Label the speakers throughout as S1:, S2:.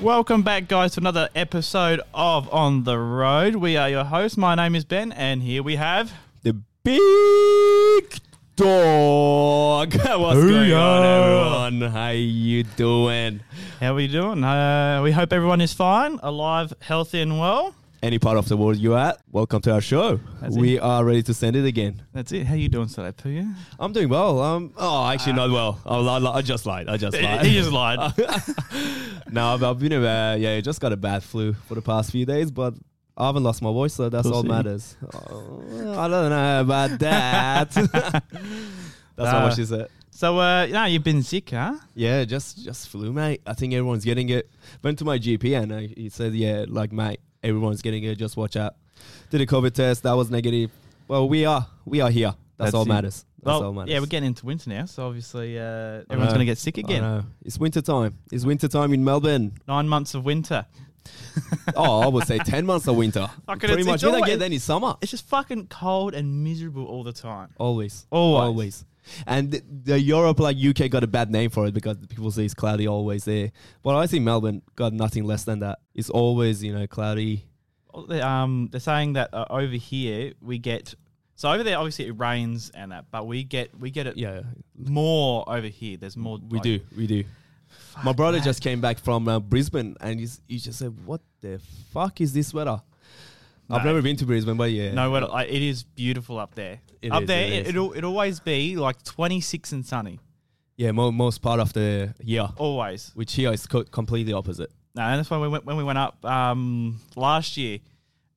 S1: Welcome back, guys, to another episode of On the Road. We are your hosts. My name is Ben, and here we have.
S2: The big dog. What's going
S1: Booyah.
S2: on, everyone? How you doing?
S1: How are you doing? Uh, we hope everyone is fine, alive, healthy, and well.
S2: Any part of the world you at? Welcome to our show.
S1: That's
S2: we are ready to send it again.
S1: That's it. How you doing today, Puya?
S2: I'm doing well. Um, oh, actually, not well. I, li- I just lied. I just lied.
S1: He Ah. just lied.
S2: no, I've, I've been uh, yeah, I just got a bad flu for the past few days, but I haven't lost my voice, so that's all
S1: Pussy.
S2: matters. Oh, well, I don't know about that. that's how
S1: Ah.
S2: much is it.
S1: so, uh, you know, you've been sick, huh?
S2: Yeah, just just flu, mate. I think everyone's getting it. Went to my GP and uh, he said, yeah, like mate, everyone's getting it. Just watch out. Did a COVID test that was negative. Well, we are we are here. That's,
S1: That's
S2: all
S1: it.
S2: matters. That's all
S1: well,
S2: matters.
S1: yeah, we're getting into winter now, so obviously uh, everyone's
S2: know.
S1: going to get sick
S2: I
S1: again.
S2: know. It's winter time. It's winter time in Melbourne.
S1: Nine months of winter.
S2: oh, I would say ten months of winter.
S1: Fucking
S2: Pretty
S1: it's-
S2: much.
S1: it's
S2: You don't
S1: always-
S2: get any summer.
S1: It's just fucking cold and miserable all the time.
S2: Always.
S1: Always.
S2: And th- the Europe, like UK, got a bad name for it because people say it's cloudy always there. But I think Melbourne got nothing less than that. It's always, you know, cloudy.
S1: Oh, they- Um, they're saying that uh, over here we get so over there obviously it rains and that, but we get we get it
S2: Yeah,
S1: more over here. There's more.
S2: we
S1: like-
S2: do. We do. My brother
S1: man.
S2: just came back from uh, Brisbane and he's, he just said, What the fuck is this weather? I've
S1: No.
S2: never been to Brisbane, but yeah.
S1: No, what, like, it is beautiful up there.
S2: It
S1: up
S2: is,
S1: there,
S2: it
S1: it,
S2: is.
S1: will it always be like 26 and sunny,
S2: Yeah, mo- most part of the year,
S1: always.
S2: which here is co- completely opposite.
S1: No, and that's when we went when we went up um, last year.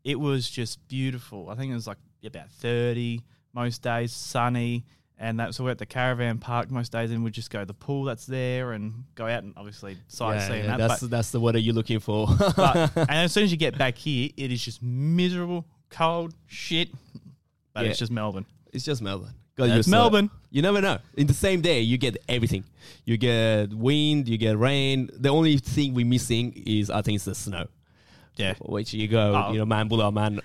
S1: It was just beautiful. I think it was like about 30 most days, sunny, and that. So we're at the caravan park most days, and we just go to the pool that's there and go out and obviously sightseeing Oh, that.
S2: that's,
S1: but,
S2: that's the weather you're looking for.
S1: but and as soon as you get back here, it is just miserable, cold, shit. But
S2: Yeah.
S1: it's just Melbourne.
S2: It's just Melbourne. Got
S1: That's
S2: used to it.
S1: Melbourne.
S2: You never know. In the same day, you get everything. You get wind, you get rain. The only thing we're missing is, I think, it's the snow.
S1: Yeah,
S2: Which you go,
S1: Oh.
S2: you know, man, Bulla, man,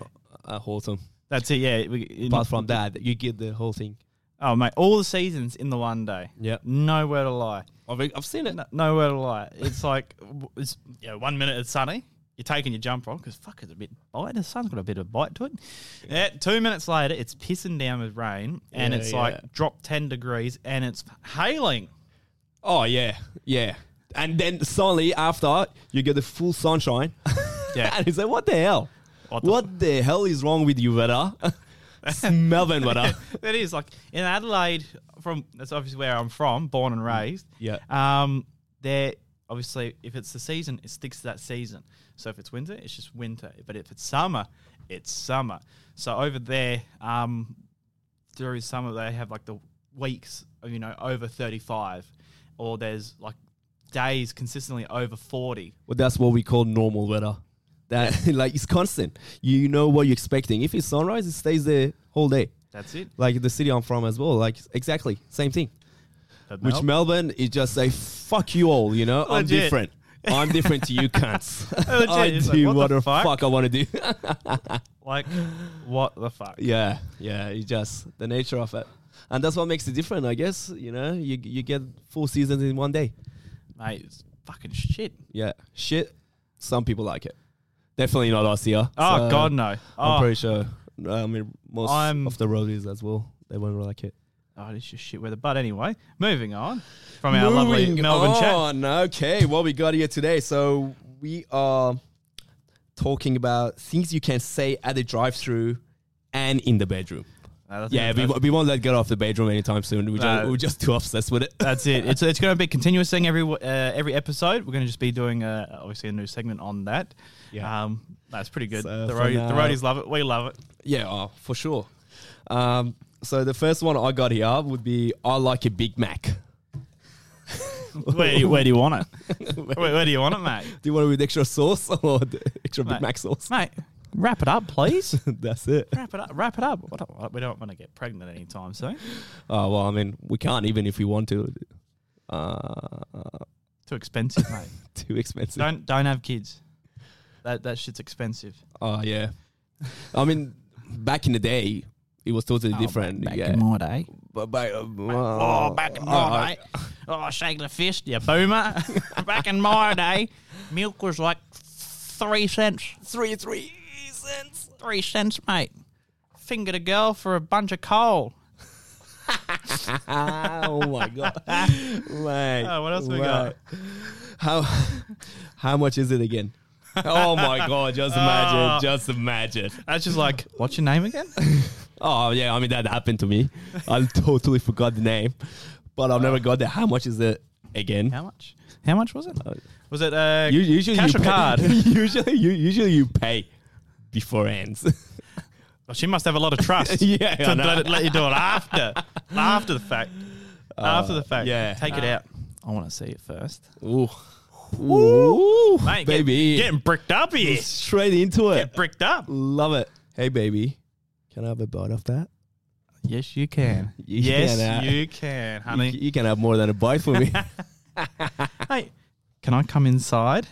S2: uh, Horton.
S1: that's it. Yeah. We, in-
S2: Apart from that, you get the whole thing.
S1: oh mate, all the seasons in the one day.
S2: Yeah.
S1: Nowhere to lie.
S2: I've, I've seen it.
S1: No, nowhere to lie. It's like w- it's you know, one minute it's sunny. You're taking your jumper on because fuck, it's a bit bite. The sun's got a bit of bite to it. Yeah, two minutes later, it's pissing down with rain, and
S2: Yeah,
S1: it's
S2: yeah.
S1: like drop ten degrees, and it's hailing.
S2: Oh, yeah. Yeah. And then suddenly after, you get the full sunshine.
S1: Yeah.
S2: and it's like, what the hell?
S1: What
S2: What
S1: the
S2: the, hell is wrong with you, weather? It's Melbourne weather.
S1: that is like in Adelaide. From that's obviously where I'm from, born and raised.
S2: Mm. Yeah.
S1: Um, there obviously, if it's the season, it sticks to that season. So if it's winter, it's just winter. But if it's summer, it's summer. So over there, um, through summer they have like the weeks, you know, over 35, or there's like days consistently over 40.
S2: Well, that's what we call normal weather. That like it's constant. You know what you're expecting. If it's sunrise, it stays there whole day.
S1: That's it.
S2: Like the city I'm from as well. Like exactly same thing.
S1: But
S2: Which Melbourne is just say fuck you all. You know I'm
S1: Legit.
S2: different. I'm different to you cunts.
S1: Legit,
S2: I
S1: it's like,
S2: do
S1: what
S2: what,
S1: the
S2: the
S1: fuck?
S2: fuck, I want to do.
S1: like, what the fuck?
S2: yeah, yeah. It's just the nature of it, and that's what makes it different, I guess. You know, you you get four seasons in one day.
S1: Mate, it's fucking shit.
S2: Yeah, shit. Some people like it. Definitely not us here.
S1: Oh,
S2: So-
S1: God, no. Oh,
S2: I'm pretty sure. I mean, most
S1: I'm-
S2: of the roadies as well. They won't like it.
S1: Oh, it's just shit weather. But anyway, moving on from our lovely Melbourne chat.
S2: on. Okay, what we got here today. So we are talking about things you can say at the drive-through and in the bedroom.
S1: No, that's-
S2: Yeah, we,
S1: that's,
S2: won't- we won't let go off the bedroom anytime soon. We're just,
S1: No.
S2: we're just too obsessed with it.
S1: that's it. It's it's going to be a continuous thing every uh, every episode. We're going to just be doing uh, obviously a new segment on that.
S2: Yeah.
S1: um, that's pretty good.
S2: So
S1: the,
S2: for
S1: roadies, the
S2: now-
S1: roadies love it. We love it.
S2: Yeah, oh, for sure. Um, so the first one I got here would be I like a Big Mac.
S1: Where do you, where do you want it? where, where do you want it, mate?
S2: Do you want it with extra sauce or the extra
S1: Mate.
S2: Big Mac sauce?
S1: Mate, wrap it up, please.
S2: That's it.
S1: wrap it up. Wrap it up. We don't, we don't want to get pregnant anytime soon.
S2: Oh well, I mean, we can't even if we want to. Uh,
S1: Too expensive, mate.
S2: too expensive.
S1: don't don't have kids. That that shit's expensive.
S2: Oh yeah, I mean, back in the day, it was totally different.
S1: Oh, Back
S2: yeah,
S1: in my day.
S2: but back, uh,
S1: Oh, back in my
S2: uh,
S1: day. Oh, shake the fist, you boomer. back in my day. Milk was like three cents.
S2: Three, three cents.
S1: Three cents, mate. Fingered a girl for a bunch of coal.
S2: oh my god, mate.
S1: Oh, what else we got?
S2: mate. How how much is it again? oh my god, just imagine,
S1: Oh.
S2: just imagine.
S1: That's just like, what's your name again?
S2: Oh yeah, I mean that happened to me. I totally forgot the name, but I've never got that. How much is it again?
S1: How much? How much was it? Was it uh,
S2: U- Usually
S1: cash
S2: you
S1: or
S2: pay,
S1: card?
S2: usually you usually you pay before ends.
S1: Well, oh, she must have a lot of trust.
S2: Yeah, I
S1: to
S2: know.
S1: let, it- let you do it after, after the fact, after the fact.
S2: Uh, yeah.
S1: take it out. I want to see it first,
S2: Ooh. Ooh,
S1: Mate, get-
S2: baby,
S1: Getting bricked up here.
S2: straight into it.
S1: Get bricked up.
S2: Love it. Hey, baby, can I have a bite of that?
S1: Yes, you can.
S2: You
S1: yes,
S2: can, uh,
S1: you can,
S2: You,
S1: honey.
S2: you can have more than a bite for me.
S1: Hey, can I come inside?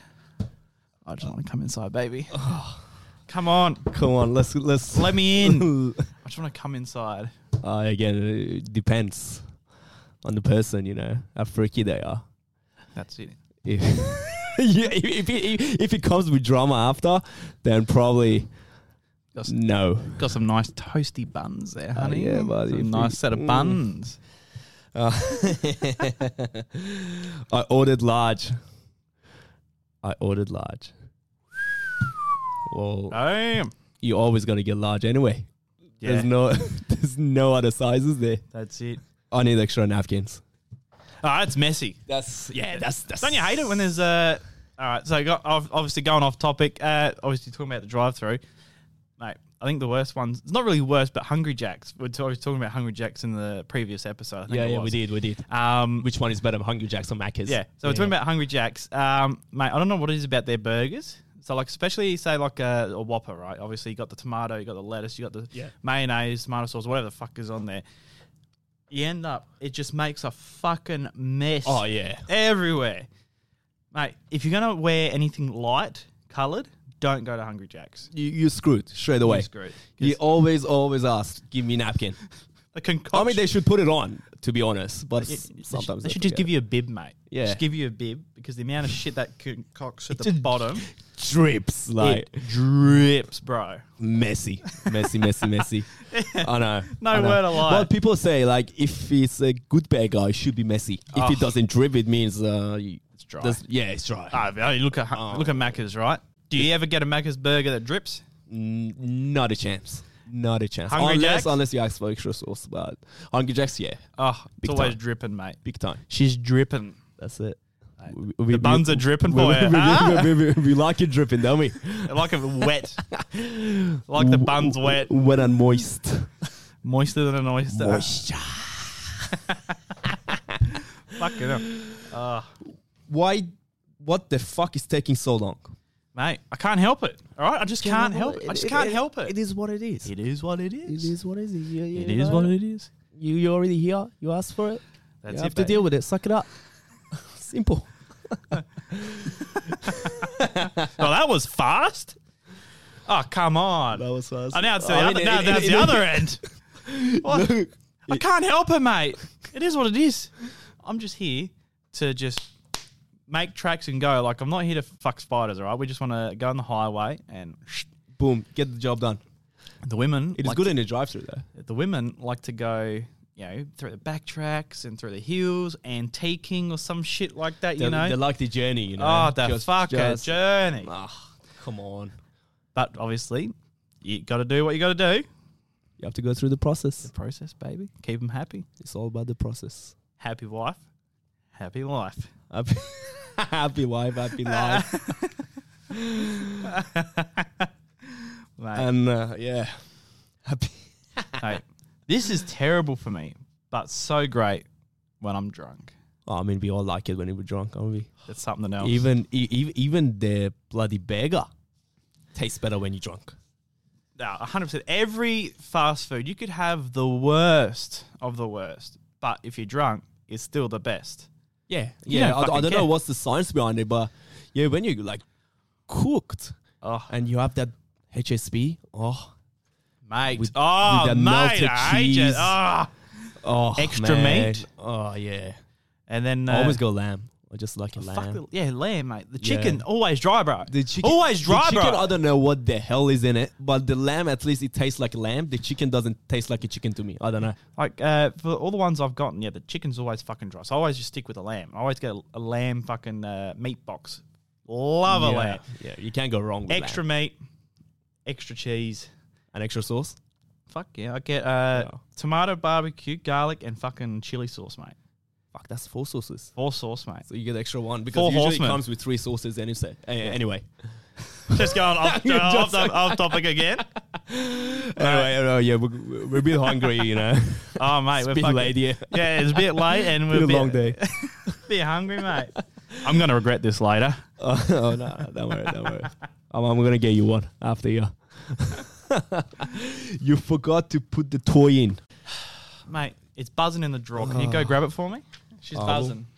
S1: I just want to come inside, baby. Come on,
S2: Come on, let's let's.
S1: let me in. I just want to come inside.
S2: uh, again, it depends on the person, you know, how freaky they are.
S1: That's it.
S2: If yeah, if, if, it, if it comes with drama after, then probably
S1: Just-
S2: no.
S1: Got some nice toasty buns there, honey.
S2: Oh, yeah, buddy, if
S1: Some
S2: we-
S1: nice set of
S2: Mm.
S1: buns.
S2: Uh, I ordered large. I ordered large. Well,
S1: Uh, Damn.
S2: you're always gonna get large anyway.
S1: Yeah,
S2: There's no, there's no other sizes there.
S1: that's it.
S2: I need extra napkins.
S1: Ah, it's messy.
S2: That's yeah. That's that's.
S1: Don't you hate it when there's a? All right, so I got ob- obviously going off topic. Uh, obviously talking about the drive-through, mate. I think the worst ones. It's not really worst, but Hungry Jacks. We're t- I was talking about Hungry Jacks in the previous episode. I think
S2: Yeah,
S1: it
S2: yeah, we
S1: was.
S2: did, we did.
S1: Um,
S2: Which one is better, Hungry Jacks or Macca's?
S1: yeah. So we're talking about Hungry Jacks, um, mate. I don't know what it is about their burgers. So like, especially say like a, a Whopper, right? Obviously, you got the tomato, you got the lettuce, you got the
S2: Yeah.
S1: mayonnaise, tomato sauce, whatever the fuck is on there. You end up, it just makes a fucking mess.
S2: Oh yeah.
S1: everywhere. Mate, if you're gonna wear anything light coloured, don't go to Hungry Jack's.
S2: You you screwed straight away.
S1: You're screwed. 'Cause
S2: You always always ask, give me napkin.
S1: the concoction.
S2: I mean, they should put it on, to be honest. But
S1: they
S2: s-
S1: should-
S2: sometimes
S1: they should just give you a bib, mate.
S2: Yeah.
S1: just give you a bib because the amount of shit that concocts at the
S2: just-
S1: bottom,
S2: drips like
S1: it drips, bro.
S2: messy, messy, messy, messy. I know.
S1: No
S2: I know.
S1: word of lie.
S2: But people say like, if it's a good burger, it should be messy. If
S1: Oh.
S2: it doesn't drip, it means uh, it's
S1: dry.
S2: Yeah, it's dry.
S1: Ah, I mean, look at Hun- look at Macca's, right? Do you ever get a Macca's burger that drips?
S2: N- not a chance. Not a chance.
S1: Hungry
S2: unless
S1: Jacks?
S2: unless you ask for extra sauce, but Hungry Jacks, yeah,
S1: Oh, it's
S2: Big
S1: always
S2: time.
S1: dripping, mate.
S2: big time.
S1: She's dripping.
S2: That's it. We,
S1: The buns are dripping
S2: we,
S1: for
S2: we,
S1: you.
S2: we-
S1: Ah!
S2: we- we- we like it dripping, don't we?
S1: Like a wet, like the bun's wet,
S2: Wet and moist.
S1: moister than an oyster.
S2: Moisture.
S1: Fucking hell. Ah.
S2: Why? What the fuck is taking so long?
S1: Mate, I can't help it. All right, I just can't help it. I just can't help
S2: It
S1: it.
S2: is what it is.
S1: It is what it is.
S2: what it is. You, you
S1: It is what it is.
S2: You, you're already here. You asked for it.
S1: That's
S2: you
S1: it.
S2: have to
S1: babe.
S2: deal with it. Suck it up. Simple.
S1: Well, that was fast. Oh, come on.
S2: was fast.
S1: Oh, now it's the other, now that's the other end. What? I can't help it, mate. It is what it is. I'm just here to just make tracks and go. Like, I'm not here to fuck spiders, all right? We just want to go on the highway and
S2: Boom. Get the job done.
S1: the women.
S2: It is
S1: like
S2: good in the drive-through though.
S1: the women like to go, you know, through the back tracks and through the hills, antiquing or some shit like that, you know.
S2: they like Ah, the eh, journey. You know.
S1: oh, the fucker
S2: just-
S1: journey.
S2: ah, come on.
S1: But obviously, you got to do what you got to do.
S2: You have to go through the process.
S1: Process, baby. Keep them happy.
S2: It's all about the process.
S1: Happy wife, happy life.
S2: Happy, happy wife, happy life,
S1: Mate,
S2: and uh, yeah, happy.
S1: mate, this is terrible for me, but so great when I'm drunk.
S2: Oh, I mean, we all like it when we were drunk, aren't we?
S1: That's something else.
S2: Even e- e- even the bloody burger tastes better when you're drunk.
S1: No, 100%. Every fast food, you could have the worst of the worst, but if you're drunk, it's still the best.
S2: Yeah,
S1: You
S2: yeah.
S1: don't
S2: I, I
S1: fucking
S2: don't
S1: care.
S2: know what's the science behind it, but yeah, when you like cooked
S1: Oh,
S2: and you have that HSB, oh,
S1: mate.
S2: With-
S1: oh,
S2: with that
S1: mate.
S2: melted
S1: I hate it.
S2: cheese.
S1: Oh.
S2: oh,
S1: Extra
S2: man.
S1: meat?
S2: Oh yeah,
S1: And then
S2: I
S1: uh,
S2: always go lamb.
S3: or just like a
S1: Fuck
S3: lamb?
S1: the, yeah, lamb, mate. The
S2: Yeah.
S1: chicken always dry, bro.
S2: The chicken,
S1: always
S2: the
S1: dry,
S2: chicken,
S1: bro.
S2: I don't know what the hell is in it, but the lamb at least it tastes like lamb. The chicken doesn't taste like a chicken to me. I don't know.
S1: Like uh, for all the ones I've gotten, yeah, the chicken's always fucking dry. So I always just stick with a lamb. I always get a, a lamb fucking uh, meat box. Love a
S2: yeah,
S1: lamb.
S2: yeah, you can't go wrong with
S1: Extra
S2: lamb.
S1: meat, extra cheese.
S2: an extra sauce.
S1: Fuck yeah, I get uh,
S2: Yeah.
S1: tomato, barbecue, garlic, and fucking chili sauce, mate.
S2: Fuck, that's four sauces.
S1: Or sauce, mate.
S2: So you get extra one because
S1: Four
S2: usually
S1: horsemen.
S2: it comes with three sauces. And it's a- a- anyway,
S1: Just going off,
S2: You're
S1: off,
S2: just-
S1: off topic again.
S2: anyway, anyway, yeah, we're, we're a bit hungry, you know.
S1: Oh, mate,
S2: it's
S1: we're
S2: a bit
S1: fucking,
S2: late, yeah.
S1: Yeah, it's a bit late, and we're
S2: Been a
S1: a bit,
S2: long day.
S1: bit hungry, mate. I'm gonna regret this later.
S2: oh, no, no, don't worry, don't worry. I'm, I'm gonna get you one after you. you forgot to put the toy in.
S1: Mate, it's buzzing in the drawer. Can you go grab it for me? She's
S2: Oh. I will.
S1: buzzing.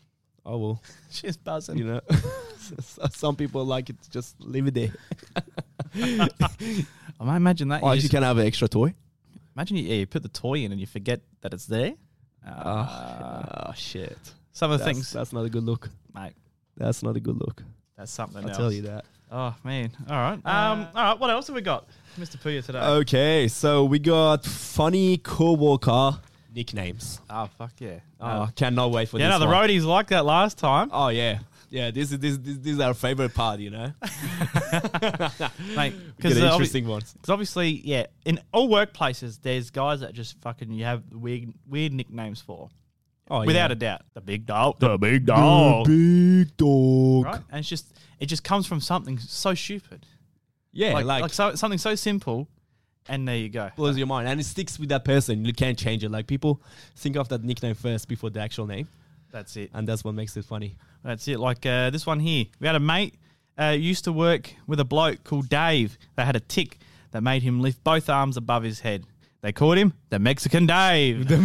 S2: Oh well,
S1: She's buzzing.
S2: you know, some people like it. Just leave it there.
S1: I might imagine that.
S2: Oh,
S1: you
S2: you
S1: just,
S2: can have an extra toy.
S1: imagine you, yeah, you put the toy in and you forget that it's there. Uh,
S2: Ah, shit.
S1: some of the
S2: That's,
S1: things,
S2: that's not a good look.
S1: mate.
S2: That's not a good look.
S1: That's something
S2: I'll
S1: else.
S2: tell you that.
S1: Oh man. All right. Um. all right. What else have we got, Mr. Puya today? Oh
S2: Okay, so we got funny co-worker nicknames.
S1: fuck yeah.
S2: Oh, cannot wait for
S1: Uh, yeah.
S2: this.
S1: No, the
S2: one.
S1: roadies liked that last time,
S2: Oh yeah, yeah. This is this, this this is our favorite part. You know,
S1: mate. uh,
S2: because
S1: Because obviously,
S2: Oh, interesting ones.
S1: yeah, in all workplaces, there's guys that just fucking you have weird weird nicknames for.
S2: Oh,
S1: without
S2: yeah.
S1: a doubt. The big dog. The big
S2: Oh.
S1: dog.
S2: big dog.
S1: right? And it's just it just comes from something so stupid.
S2: Yeah,
S1: like
S2: like,
S1: like, so, something so simple, and there you go.
S2: blows your mind, and it sticks with that person. You can't change it. Like people think of that nickname first before the actual name,
S1: That's it.
S2: and that's what makes it funny.
S1: That's it. Like uh, this one here. We had a mate uh, used to work with a bloke called Dave. They had a tick that made him lift both arms above his head. They called him the Mexican Dave.
S2: We got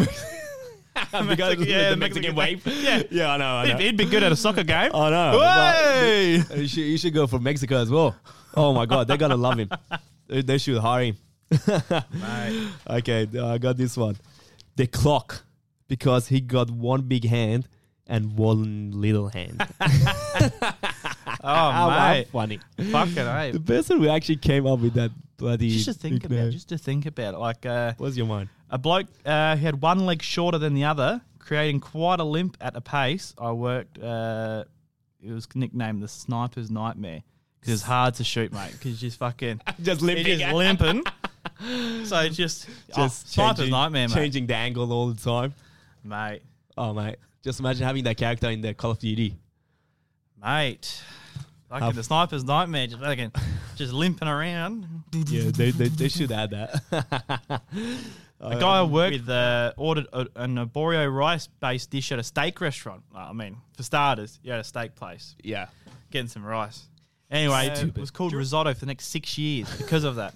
S1: Mexican- yeah, the Mexican Oh, wave.
S2: yeah, yeah, I know, I know.
S1: He'd, he'd be good at a soccer game.
S2: I know.
S1: Hey!
S2: You should, you should go for Mexico as well. Oh my God, they're gonna love him. They, they should hire him. Okay, uh, I got this one. The clock, because he got one big hand and one little hand.
S1: Oh,
S2: How
S1: mate.
S2: funny!
S1: Fucking A.
S2: The person who actually came up with that bloody
S1: Just to think about
S2: nickname.
S1: it. Just to think about it. Like, uh,
S2: What's your mind?
S1: A bloke uh, who had one leg shorter than the other, creating quite a limp at a pace. I worked. Uh, it was nicknamed the Sniper's Nightmare because it's hard to shoot, mate. Because just fucking
S2: Just Ah,
S1: you're just limping. So it's just, oh,
S2: Just
S1: Sniper's
S2: changing,
S1: Nightmare, mate.
S2: changing the angle all the time.
S1: Mate,
S2: Oh mate, just imagine having that character in the Call of Duty.
S1: mate. Fucking
S2: How-
S1: the Sniper's Nightmare, just fucking, just limping around.
S2: yeah, they, they, they should add that.
S1: A guy I worked
S2: Um,
S1: with uh, ordered a, an arborio rice-based dish at a steak restaurant. Like, I mean, for starters, you're at a steak place.
S2: yeah.
S1: getting some rice. Anyway,
S2: Stupid.
S1: it was called risotto for the next six years because of that.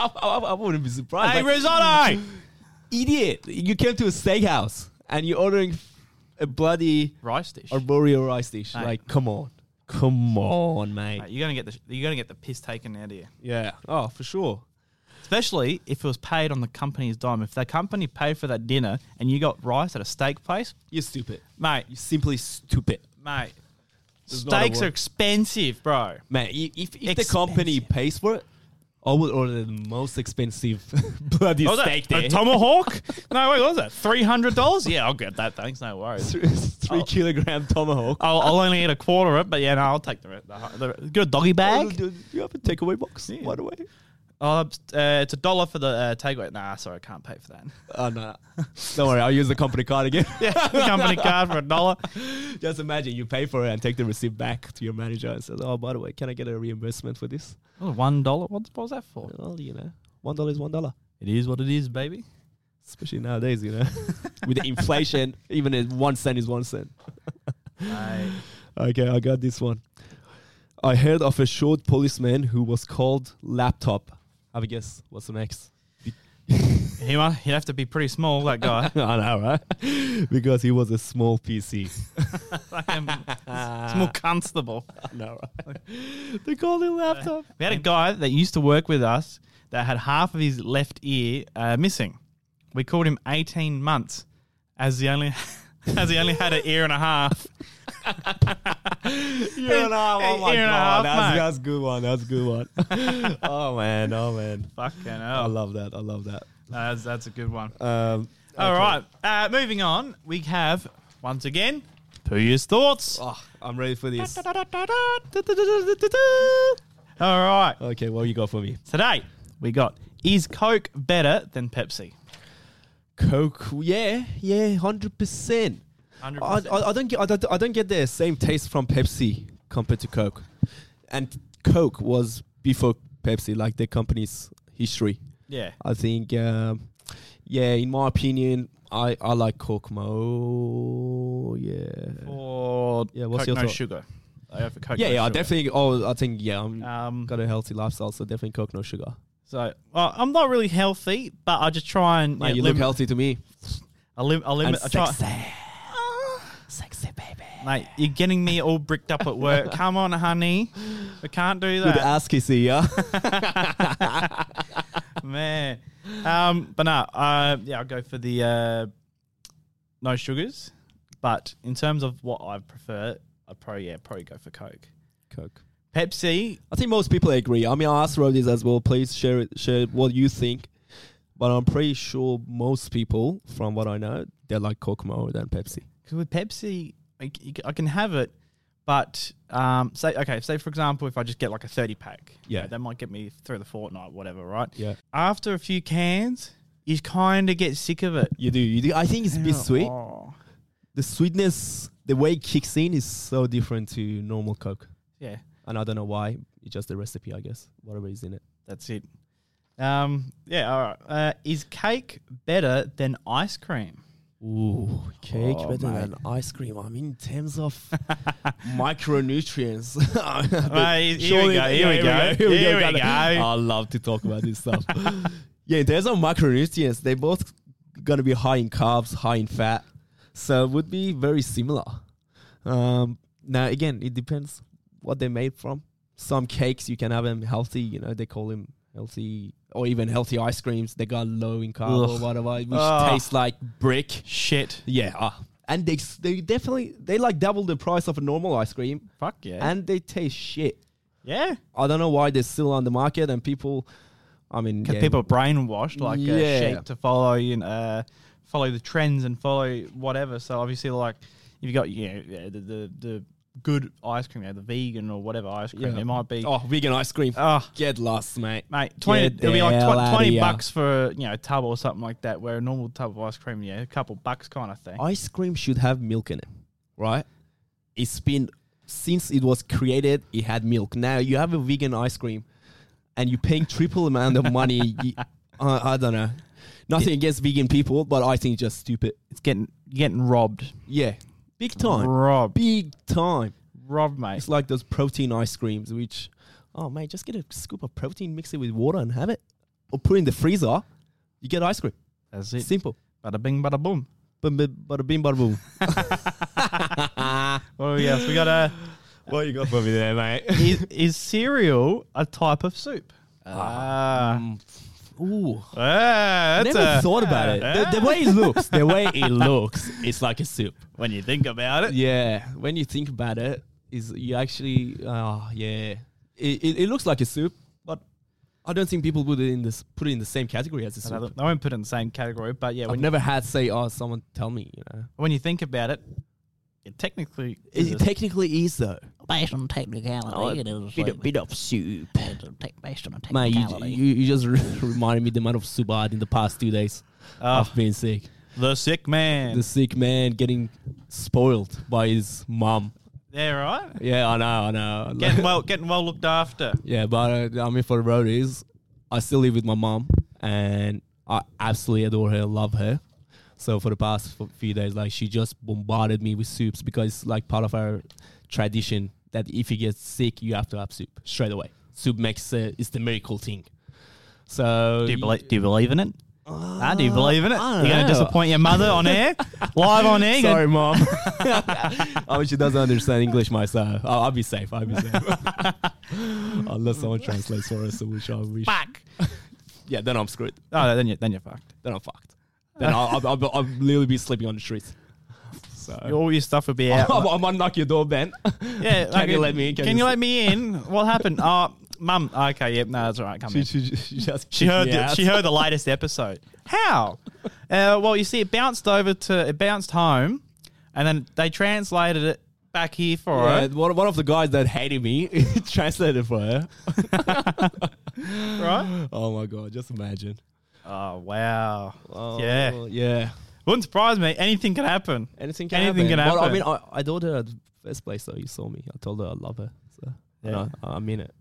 S2: I, I, I wouldn't be surprised.
S1: hey,
S2: like,
S1: risotto!
S2: idiot! You came to a steakhouse and you're ordering a bloody
S1: Rice dish.
S2: arboreal rice dish.
S1: Mate.
S2: Like, come on, come on, mate.
S1: Mate, you're gonna get the you're gonna get the piss taken out of you,
S2: Yeah. Oh, for sure.
S1: especially if it was paid on the company's dime. If the company paid for that dinner and you got rice at a steak place,
S2: You're stupid.
S1: mate,
S2: You're simply stupid,
S1: mate,
S2: There's not a
S1: steaks
S2: word.
S1: are expensive, bro.
S2: man. i- If, if the company
S1: Expensive.
S2: pays for it, I would order the most expensive bloody
S1: What was that?
S2: steak there.
S1: A tomahawk? no, wait, what was that? Three hundred dollars? Yeah, I'll get that. Thanks, no worries.
S2: three three
S1: Oh.
S2: kilogram tomahawk.
S1: I'll, I'll only eat a quarter of it, but yeah, no, I'll take the, re- the, the good doggy bag.
S2: Do you have a takeaway box?
S1: Yeah.
S2: By the way.
S1: Oh, uh, it's a dollar for the uh, takeaway. Nah, sorry, I can't pay for that.
S2: Oh no. Don't worry, I'll use the company card again.
S1: the company card for a dollar.
S2: Just imagine you pay for it and take the receipt back to your manager and says, "Oh, by the way, can I get a reimbursement for this?"
S1: Oh, One dollar. What, what was that for?
S2: Well, you know, one dollar is one dollar,
S1: It is what it is, baby.
S2: especially nowadays. You know, with the inflation, even if one cent is one cent. Okay, I got this one. I heard of a short policeman who was called Laptop. Have a guess. What's the next?
S1: he mu- he'd have to be pretty small, that guy.
S2: I know, right? because he was a small PC.
S1: Fucking small constable.
S2: no, right? they called him Laptop.
S1: We had a guy that used to work with us that had half of his left ear uh, missing. We called him eighteen months, as he only as he only had an ear and a half.
S2: Year and a half. Oh my
S1: Year and a half, mate.
S2: god, that's that's a good one. That's a good one. oh man, oh man,
S1: Fucking
S2: I
S1: hell.
S2: love that. I love that.
S1: That's, that's a good one.
S2: Um,
S1: All
S2: okay.
S1: right. Uh, moving on, we have, once again, Puya's thoughts.
S2: Oh, I'm ready for this.
S1: All right.
S2: Okay, what you got for me?
S1: Today, we got Is Coke better than Pepsi?
S2: Coke. Yeah, yeah, hundred percent.
S1: 100%.
S2: I, I, I don't get I don't, I don't get the same taste from Pepsi compared to Coke, and Coke was before Pepsi, like the company's history.
S1: yeah.
S2: I think, um, yeah, in my opinion, I, I like Coke more. Yeah,
S1: Or
S2: Yeah, what's
S1: Coke
S2: your
S1: no
S2: thought?
S1: sugar. I go for Coke
S2: yeah,
S1: no
S2: yeah. I
S1: sugar.
S2: definitely. Oh, I think yeah. I'm
S1: Um,
S2: got a healthy lifestyle, so definitely Coke, no sugar.
S1: so well, I'm not really healthy, but I just try and
S2: Man,
S1: yeah,
S2: you
S1: limit,
S2: look healthy to me.
S1: I, lim- I
S2: And
S1: limit. I try.
S2: sexy, sexy baby.
S1: Mate, you're getting me all bricked up at work. Come on, honey. We can't do
S2: Good
S1: that,
S2: ass kissy, yeah.
S1: man. Um, but no, uh, yeah, I'll go for the uh, no sugars. But in terms of what I prefer, I'd probably yeah probably go for Coke.
S2: Coke.
S1: Pepsi,
S2: I think most people agree. I mean, I asked Rodies as well. Please share it, share what you think. But I'm pretty sure most people, from what I know, they like Coke more than Pepsi.
S1: because with Pepsi, I, c- I can have it, but um, say okay, say for example, if I just get like a thirty pack,
S2: Yeah.
S1: that might get me through the fortnight, whatever, right?
S2: Yeah,
S1: After a few cans, you kind of get sick of it.
S2: you do. You do. I think it's a bit sweet.
S1: Oh.
S2: The sweetness, the way it kicks in, is so different to normal Coke.
S1: Yeah,
S2: And I don't know why. It's just the recipe, I guess. Whatever is in it.
S1: that's it. Um, yeah, all right. Uh, is cake better than ice cream?
S2: Ooh, cake
S1: Oh,
S2: better
S1: mate.
S2: than ice cream. I mean, in terms of micronutrients. But
S1: Right, here we
S2: surely-
S1: go, here we
S2: yeah,
S1: go, here we go.
S2: I love to talk about this stuff. yeah, in terms of micronutrients, they both gonna be high in carbs, high in fat, so it would be very similar. Um, now, again, it depends what they're made from. Some cakes you can have them healthy. You know, they call them healthy, or even healthy ice creams. They got low in carb or
S1: Ugh. Ah.
S2: whatever, which
S1: Ugh.
S2: tastes like brick.
S1: Shit.
S2: Yeah. ah. And they s- they definitely they like double the price of a normal ice cream,
S1: Fuck yeah.
S2: and they taste shit.
S1: yeah.
S2: I don't know why they're still on the market, and people, I mean,
S1: Because
S2: yeah,
S1: people are brainwashed like
S2: Yeah.
S1: uh, sheep to follow you know, uh, follow the trends and follow whatever. So obviously, like if you got you know yeah, the, the the good ice cream, you know, the vegan or whatever ice cream,
S2: Yeah.
S1: it might be
S2: Oh, vegan ice cream.
S1: oh,
S2: Get lost, mate.
S1: mate twenty.
S2: Get
S1: it'll be like
S2: the hell
S1: tw-
S2: outta
S1: twenty
S2: here.
S1: bucks for you know a tub or something like that. Where a normal tub of ice cream, yeah, a couple bucks kind of thing.
S2: Ice cream should have milk in it, right? It's been since it was created, it had milk. Now you have a vegan ice cream, and you're paying triple amount of money. You- I, I don't know. Nothing against vegan people, but I think it's just stupid.
S1: It's getting you're getting robbed,
S2: Yeah, big time,
S1: robbed,
S2: big time.
S1: robbed, mate.
S2: It's like those protein ice creams, which, oh mate, just get a scoop of protein, mix it with water, and have it, or put it in the freezer. You get ice cream.
S1: That's it.
S2: Simple.
S1: Bada bing, bada boom.
S2: Bum, bum, Bada bing, bada boom.
S1: Oh yes, we got a.
S2: what you got for me there, mate?
S1: Is, is cereal a type of soup? Ah.
S2: Ooh,
S1: Ah, that's
S2: never
S1: a- Ah,
S2: thought about it. The, the way it looks, the way it looks, it's like a soup.
S1: when you think about it.
S2: Yeah, when you think about it, is you actually, oh yeah, it, it, it looks like a soup, but I don't think people put it in this put it in the same category as a
S1: I
S2: soup.
S1: don't- I won't put it in the same category, but yeah,
S2: I've
S1: when,
S2: never had say, oh, someone tell me, you know.
S1: when you think about it, it technically
S2: It,
S1: is a-
S2: technically is though.
S3: based on technicality, it is Oh, bit, like, bit of soup. Based on
S2: Man, you,
S3: technicality.
S2: you, you just reminded me the amount of soup I had in the past two days.
S1: Oh.
S2: I've been sick.
S1: the sick man.
S2: The sick man getting spoiled by his mum.
S1: yeah, right.
S2: Yeah, I know, I know.
S1: Getting well, getting well looked after.
S2: yeah, but uh, I mean, for the roadies, I still live with my mum, and I absolutely adore her, love her. So for the past f- few days, like she just bombarded me with soups because it's like part of our tradition that if you get sick, you have to have soup straight away. Soup makes uh, it's the miracle thing. So
S1: Do you believe? Do you believe in it? ah, do you believe in it? You're
S2: I don't
S1: going to
S2: know.
S1: disappoint your mother on air, live on air.
S2: Sorry, mom. I mean, she doesn't understand English myself. I'll, I'll be safe. I'll be safe. Unless someone translates for us, which I wish.
S1: Fuck.
S2: Yeah, then I'm screwed.
S1: Oh, then you then you're fucked.
S2: Then I'm fucked. Then I'll, I'll, I'll, I'll literally be sleeping on the streets. So
S1: All your stuff would be out.
S2: I'm, I'm gonna knock your door, Ben.
S1: Yeah,
S2: Oh. Can you let me in?
S1: Can,
S2: Can
S1: you,
S2: you-
S1: let me in? What happened? Oh, mum. Okay, yep. No, that's all right. Come
S2: she,
S1: in.
S2: she, she just
S1: She heard.
S2: kicked me
S1: The,
S2: out.
S1: she heard the latest episode. How? Uh, well, you see, it bounced over to it bounced home, and then they translated it back here for
S2: Yeah,
S1: her.
S2: one, one of the guys that hated me translated for her.
S1: Right?
S2: Oh my god, just imagine. Oh,
S1: Oh wow. yeah.
S2: yeah.
S1: Wouldn't surprise me. Anything could happen.
S2: Anything can
S1: Anything
S2: happen.
S1: can
S2: But,
S1: happen.
S2: I mean, I, I told her at the first place though. You saw me. I told her I love her. So
S1: Yeah.
S2: and I, I mean it.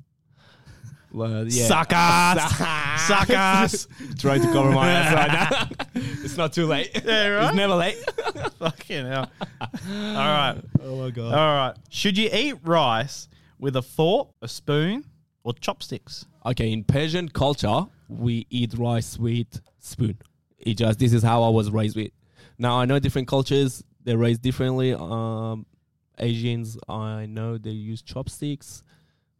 S2: Well, yeah.
S1: Suck ass. Suck ass.
S2: Trying to cover my ass right now. it's not too late.
S1: Yeah, right?
S2: It's never late.
S1: Fucking hell. All right.
S2: Oh my god.
S1: All right. Should you eat rice with a fork, a spoon, or chopsticks?
S2: Okay, in Persian culture, we eat rice with spoon. It just this is how I was raised with. Now I know different cultures they're raised differently. Um, Asians, I know they use chopsticks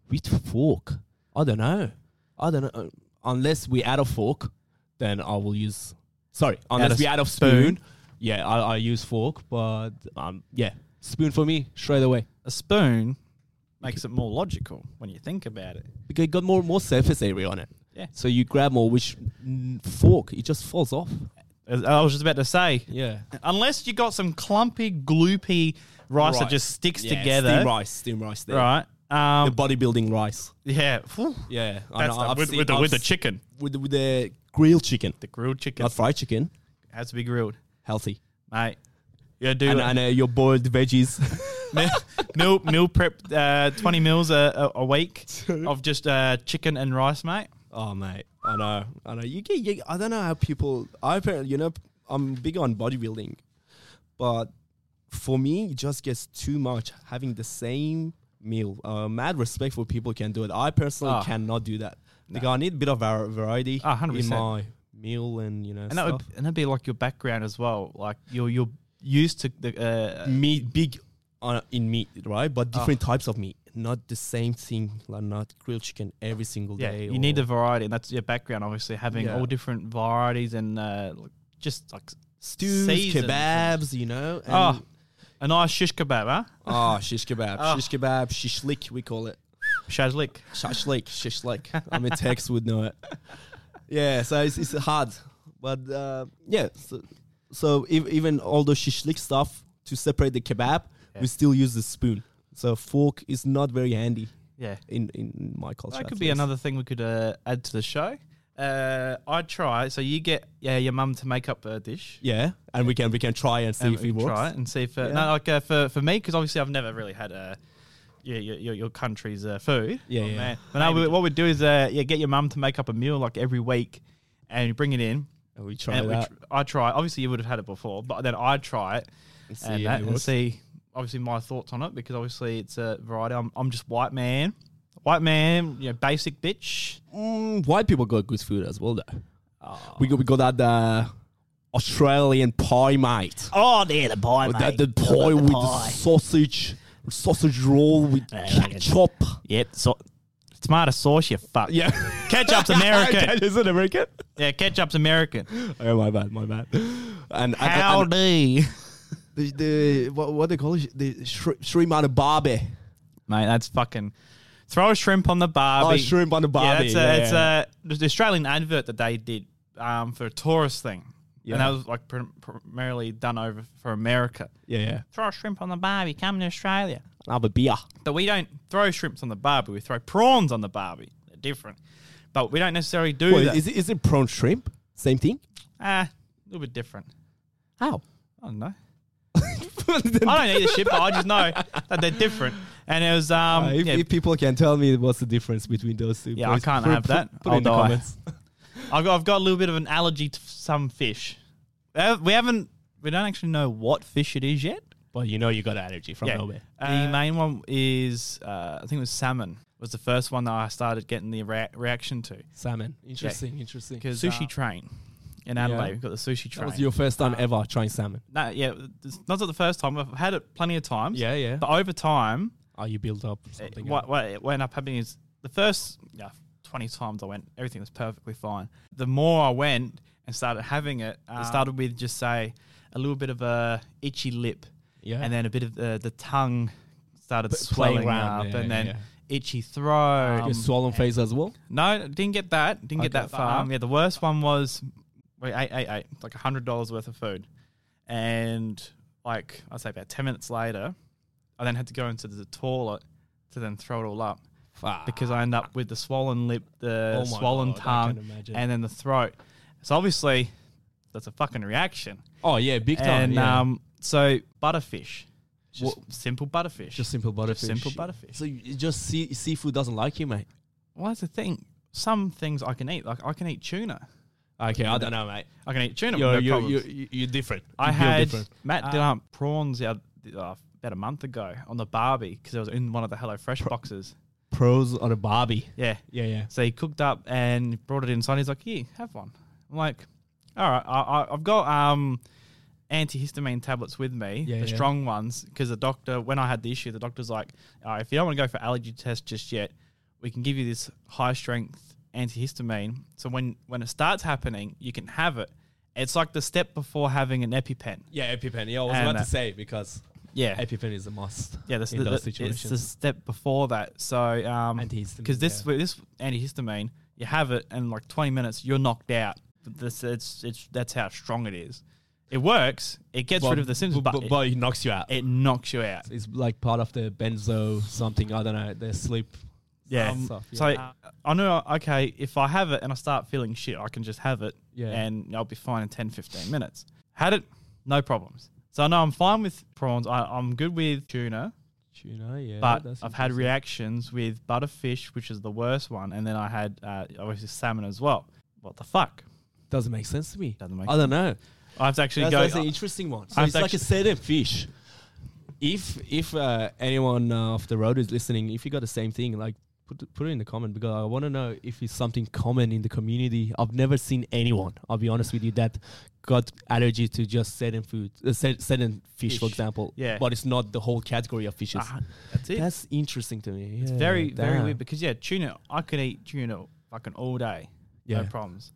S2: with fork. I don't know. I don't know. Uh, Unless we add a fork, then I will use. Sorry, unless
S1: of
S2: we add a spoon.
S1: spoon.
S2: Yeah, I, I use fork, but um, yeah, spoon for me straight away.
S1: A spoon makes it more logical when you think about it.
S2: because it got more more surface area on it.
S1: Yeah.
S2: So you grab more, which mm, fork it just falls off.
S1: As I was just about to say,
S2: Yeah.
S1: unless you got some clumpy, gloopy rice that just sticks together,
S2: Steam rice, steam rice. There.
S1: right?
S2: The
S1: Um,
S2: bodybuilding rice.
S1: yeah,
S2: Yeah. I
S1: That's
S2: know,
S1: the,
S2: I've
S1: with,
S2: seen-
S1: with the
S2: I've
S1: with the
S2: s-
S1: chicken,
S2: with the, with the grilled chicken,
S1: the grilled chicken
S2: not fried chicken,
S1: has to be grilled,
S2: healthy.
S1: mate. You gotta do
S2: And,
S1: it.
S2: and uh, your boiled veggies.
S1: meal, meal meal prep uh, twenty meals a, a, a week of just uh, chicken and rice, mate.
S2: oh mate, I know, I know. You get, you, I don't know how people. I apparently, you know, I'm big on bodybuilding, but for me, it just gets too much having the same meal. Uh, mad respect for people who can do it. I personally
S1: Ah.
S2: cannot do that. Like I need a bit of var- variety
S1: Ah, 100%.
S2: in my meal and you know
S1: And that would
S2: stuff.
S1: and that'd be like your background as well. Like you're you're used to the uh,
S2: meat big on, in meat, right? But
S1: Ah.
S2: different types of meat, not the same thing. Like not grilled chicken every single
S1: yeah.
S2: day.
S1: You need
S2: or-
S1: the variety, and that's your background. Obviously, having
S2: Yeah.
S1: all different varieties and uh, like, just like
S2: stews,
S1: seasons.
S2: kebabs, you know. And
S1: Oh, a nice shish kebab, huh?
S2: Oh, shish kebab,
S1: Oh.
S2: shish kebab, shishlik, we call it.
S1: Shazlik.
S2: Shashlik, shishlik. I'm a Tex would know it. Yeah, so it's, it's hard. But uh, yeah, so, so ev- even all the shishlik stuff to separate the kebab,
S1: Yeah.
S2: we still use the spoon. So fork is not very handy
S1: Yeah,
S2: in, in my culture.
S1: that
S2: at
S1: could be
S2: least.
S1: another thing we could uh, add to the show. Uh, I'd try. So you get yeah your mum to make up a dish. Um,
S2: Yeah, and we can we can try and see
S1: and
S2: if it works.
S1: Try it and see if uh,
S2: Yeah.
S1: no, like uh, for for me because obviously I've never really had uh, your, your your- your country's uh, food.
S2: Yeah, yeah.
S1: man. But no, we, what we do is uh, yeah, get your mum to make up a meal like every week, and you bring it in.
S2: And we try
S1: and we
S2: that.
S1: tr- I try. Obviously, you would have had it before, but then I try it
S2: and see
S1: and,
S2: if
S1: that,
S2: it
S1: and
S2: works.
S1: see obviously my thoughts on it because obviously it's a variety. I'm I'm just white man, white man, you know, basic bitch.
S2: Mm, white people got good food as well, though.
S1: Ah.
S2: We got we got that uh, Australian pie, mate.
S3: Oh, there, the pie,
S2: That
S3: mate.
S2: the pie
S3: The
S2: with the
S3: pie.
S2: sausage, sausage roll with
S3: Yeah, like a-
S2: ketchup.
S3: Yep, so
S1: Tomato sauce, you fuck.
S2: Yeah,
S1: ketchup's American.
S2: Is it American?
S1: yeah, ketchup's American.
S2: Oh my bad, my bad. And and-
S3: how
S2: and
S3: do?
S2: the, the what what they call it? The shri- shrimp on the barbie.
S1: mate. That's fucking throw a shrimp on the
S2: Oh,
S1: barbie.
S2: shrimp on the
S1: Yeah,
S2: barbie.
S1: that's a, it's a the Australian advert that they did um, for a tourist thing, and that was like prim- primarily done over for America.
S2: yeah, yeah.
S1: Throw a shrimp on the barbie, come to Australia.
S2: Have a beer.
S1: But we don't throw shrimps on the barbie. We throw prawns on the barbie. They're different, but we don't necessarily do
S2: Wait,
S1: that.
S2: is it is it prawn shrimp? Same thing.
S1: Ah, a little bit different.
S2: How?
S1: I don't know. I don't eat the shit, but I just know that they're different. And it was um,
S2: Uh, if,
S1: yeah,
S2: if people can tell me what's the difference between those two,
S1: Yeah, I
S2: please
S1: can't
S2: put-
S1: have
S2: put-
S1: that.
S2: Put
S1: I'll
S2: in the
S1: die.
S2: comments.
S1: I've got, I've got a little bit of an allergy to some fish. Uh, We haven't, we don't actually know what fish it is yet. Uh,
S2: Well, you know you got allergy from
S1: the main one is, uh, I think it was salmon. Was the first one that I started getting the rea- reaction to
S2: Salmon. Interesting, interesting.
S1: because uh, sushi train in Adelaide. We've got the sushi
S2: That
S1: train.
S2: was your first time ever trying salmon.
S1: no, yeah, it's not the first time. I've had it plenty of times.
S2: yeah.
S1: but over time,
S2: oh, you built up
S1: it,
S2: something.
S1: what, what it went up happening is the first yeah, 20 times I went, everything was perfectly fine. The more I
S2: Ah.
S1: went and started having it, it started with just say a little bit of a itchy lip.
S2: Yeah.
S1: and then a bit of the, the tongue started
S2: P- playing
S1: swelling
S2: around.
S1: up,
S2: Yeah,
S1: and
S2: yeah,
S1: then
S2: yeah.
S1: itchy throat.
S2: Your swollen face as well.
S1: no, didn't get that. Didn't get
S2: Okay. Uh-huh.
S1: that far. Um, yeah, the worst one was wait, eight, eight, eight, like hundred dollars worth of food, and like I'd say about ten minutes later, I then had to go into the toilet to then throw it all up because I end up with the swollen lip, the
S2: Oh my
S1: swollen
S2: God, I can
S1: tongue,
S2: imagine.
S1: and then the throat. So obviously, that's a fucking reaction.
S2: oh yeah, big time.
S1: and
S2: yeah.
S1: um, so butterfish, just
S2: What-
S1: simple butterfish.
S2: just simple butterfish.
S1: simple butterfish.
S2: So you just sea- seafood doesn't like you, mate.
S1: well, that's the thing. Some things I can eat, like I can eat tuna.
S2: Okay, I don't know, mate.
S1: I can eat tuna. with
S2: You're
S1: no
S2: you're,
S1: problems.
S2: you're, you're, different.
S1: I
S2: You're
S1: had
S2: different. Uh,
S1: Matt did up prawns the oth- the- uh, about a month ago on the Barbie because it was in one of the Hello Fresh boxes.
S2: pros on a Barbie.
S1: Yeah,
S2: Yeah, yeah.
S1: So he cooked up and brought it inside. He's like, "Here, have one." I'm like, "All right, I, I, I've got um, antihistamine tablets with me,
S2: Yeah,
S1: the
S2: yeah.
S1: strong ones, because the doctor, when I had the issue, the doctor's like, All right, if you don't want to go for allergy test just yet, we can give you this high strength antihistamine. So when when it starts happening, you can have it. It's like the step before having an EpiPen.
S2: Yeah, EpiPen. Yeah, I was
S1: And
S2: about to
S1: that-
S2: say because
S1: Yeah,
S2: EpiPen is a must.
S1: yeah, that's
S2: in
S1: the,
S2: those
S1: the- it's
S2: situations.
S1: the step before that. So, um,
S2: Antihistamine,
S1: because this
S2: yeah.
S1: this antihistamine, you have it, and like twenty minutes, you're knocked out. But This it's it's that's how strong it is. It works. It gets rid of the symptoms, but,
S2: but,
S1: it-
S2: it knocks you out.
S1: it, knocks you out.
S2: it's like part of the benzo something. I don't know. The sleep.
S1: Yeah.
S2: some stuff,
S1: Um, So
S2: yeah.
S1: I know. Okay, if I have it and I start feeling shit, I can just have it,
S2: Yeah.
S1: and I'll be fine in 10, 15 minutes. Had it, no problems. So I know I'm fine with prawns. I, I'm good with tuna.
S2: Tuna, yeah.
S1: but
S2: that's
S1: I've had
S2: interesting.
S1: reactions with butterfish, which is the worst one, and then I had uh, obviously salmon as well. What the fuck?
S2: doesn't make sense to me.
S1: Doesn't make
S2: I don't know.
S1: I have to actually
S2: That's,
S1: go.
S2: that's an interesting one. So
S1: I've
S2: it's like a
S1: actu-
S2: certain fish. If if uh, anyone uh, off the road is listening, if you got the same thing, like put put it in the comment because I want to know if it's something common in the community. I've never seen anyone. I'll be honest with you that got allergy to just certain food, uh, cer- certain fish, for
S1: Fish.
S2: example.
S1: Yeah.
S2: but it's not the whole category of fishes.
S1: Ah, that's it.
S2: That's interesting to me.
S1: it's very very weird because yeah, tuna. I could eat tuna fucking all day,
S2: Yeah.
S1: no problems.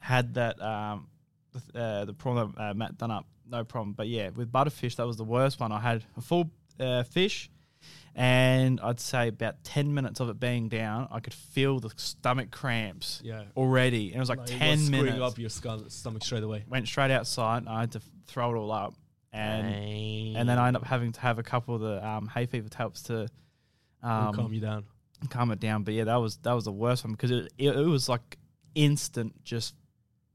S1: Had that um, the th- uh, the prawn that uh, Matt done up, no problem. But yeah, with butterfish, that was the worst one. I had a full uh, fish. And I'd say about ten minutes of it being down, I could feel the stomach cramps
S2: Yeah.
S1: already, and it was like, ten minutes.
S2: up your skull, stomach straight away.
S1: went straight outside and I had to f- throw it all up. And and then I ended up having to have a couple of the um, hay fever tablets to um,
S2: calm
S1: calm,
S2: you down.
S1: it down. But yeah, that was that was the worst one because it, it, it was like instant, just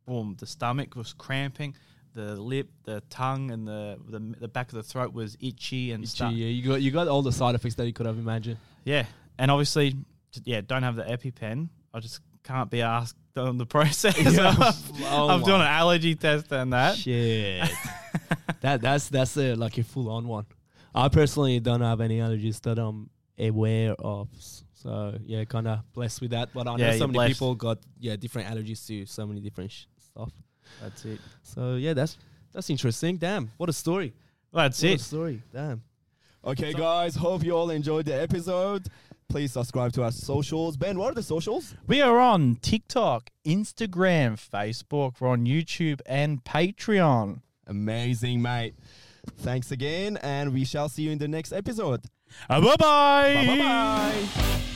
S1: boom. The stomach was cramping, the lip, the tongue, and the the, the back of the throat was itchy and
S2: Itchy,
S1: stuff.
S2: yeah, you got you got all the side effects that you could have imagined.
S1: Yeah, and obviously, j- yeah, don't have the EpiPen. I just can't be asked on the process. of,
S2: Oh
S1: of
S2: my
S1: doing an allergy test and that.
S2: Shit. that that's that's a like a full on one. I personally don't have any allergies that I'm aware of. S- So yeah, kind of blessed with that. But I
S1: Yeah,
S2: know so
S1: you're
S2: many
S1: blessed.
S2: people got yeah different allergies to so many different sh- stuff.
S1: That's it.
S2: So yeah, that's that's interesting. Damn, what a story.
S1: That's it.
S2: story. Damn.
S4: Okay, guys, hope you all enjoyed the episode. Please subscribe to our socials. Ben, what are the socials?
S1: We are on TikTok, Instagram, Facebook. We're on YouTube and Patreon.
S4: Amazing, mate. Thanks again, and we shall see you in the next episode.
S1: Bye bye.
S4: Bye bye.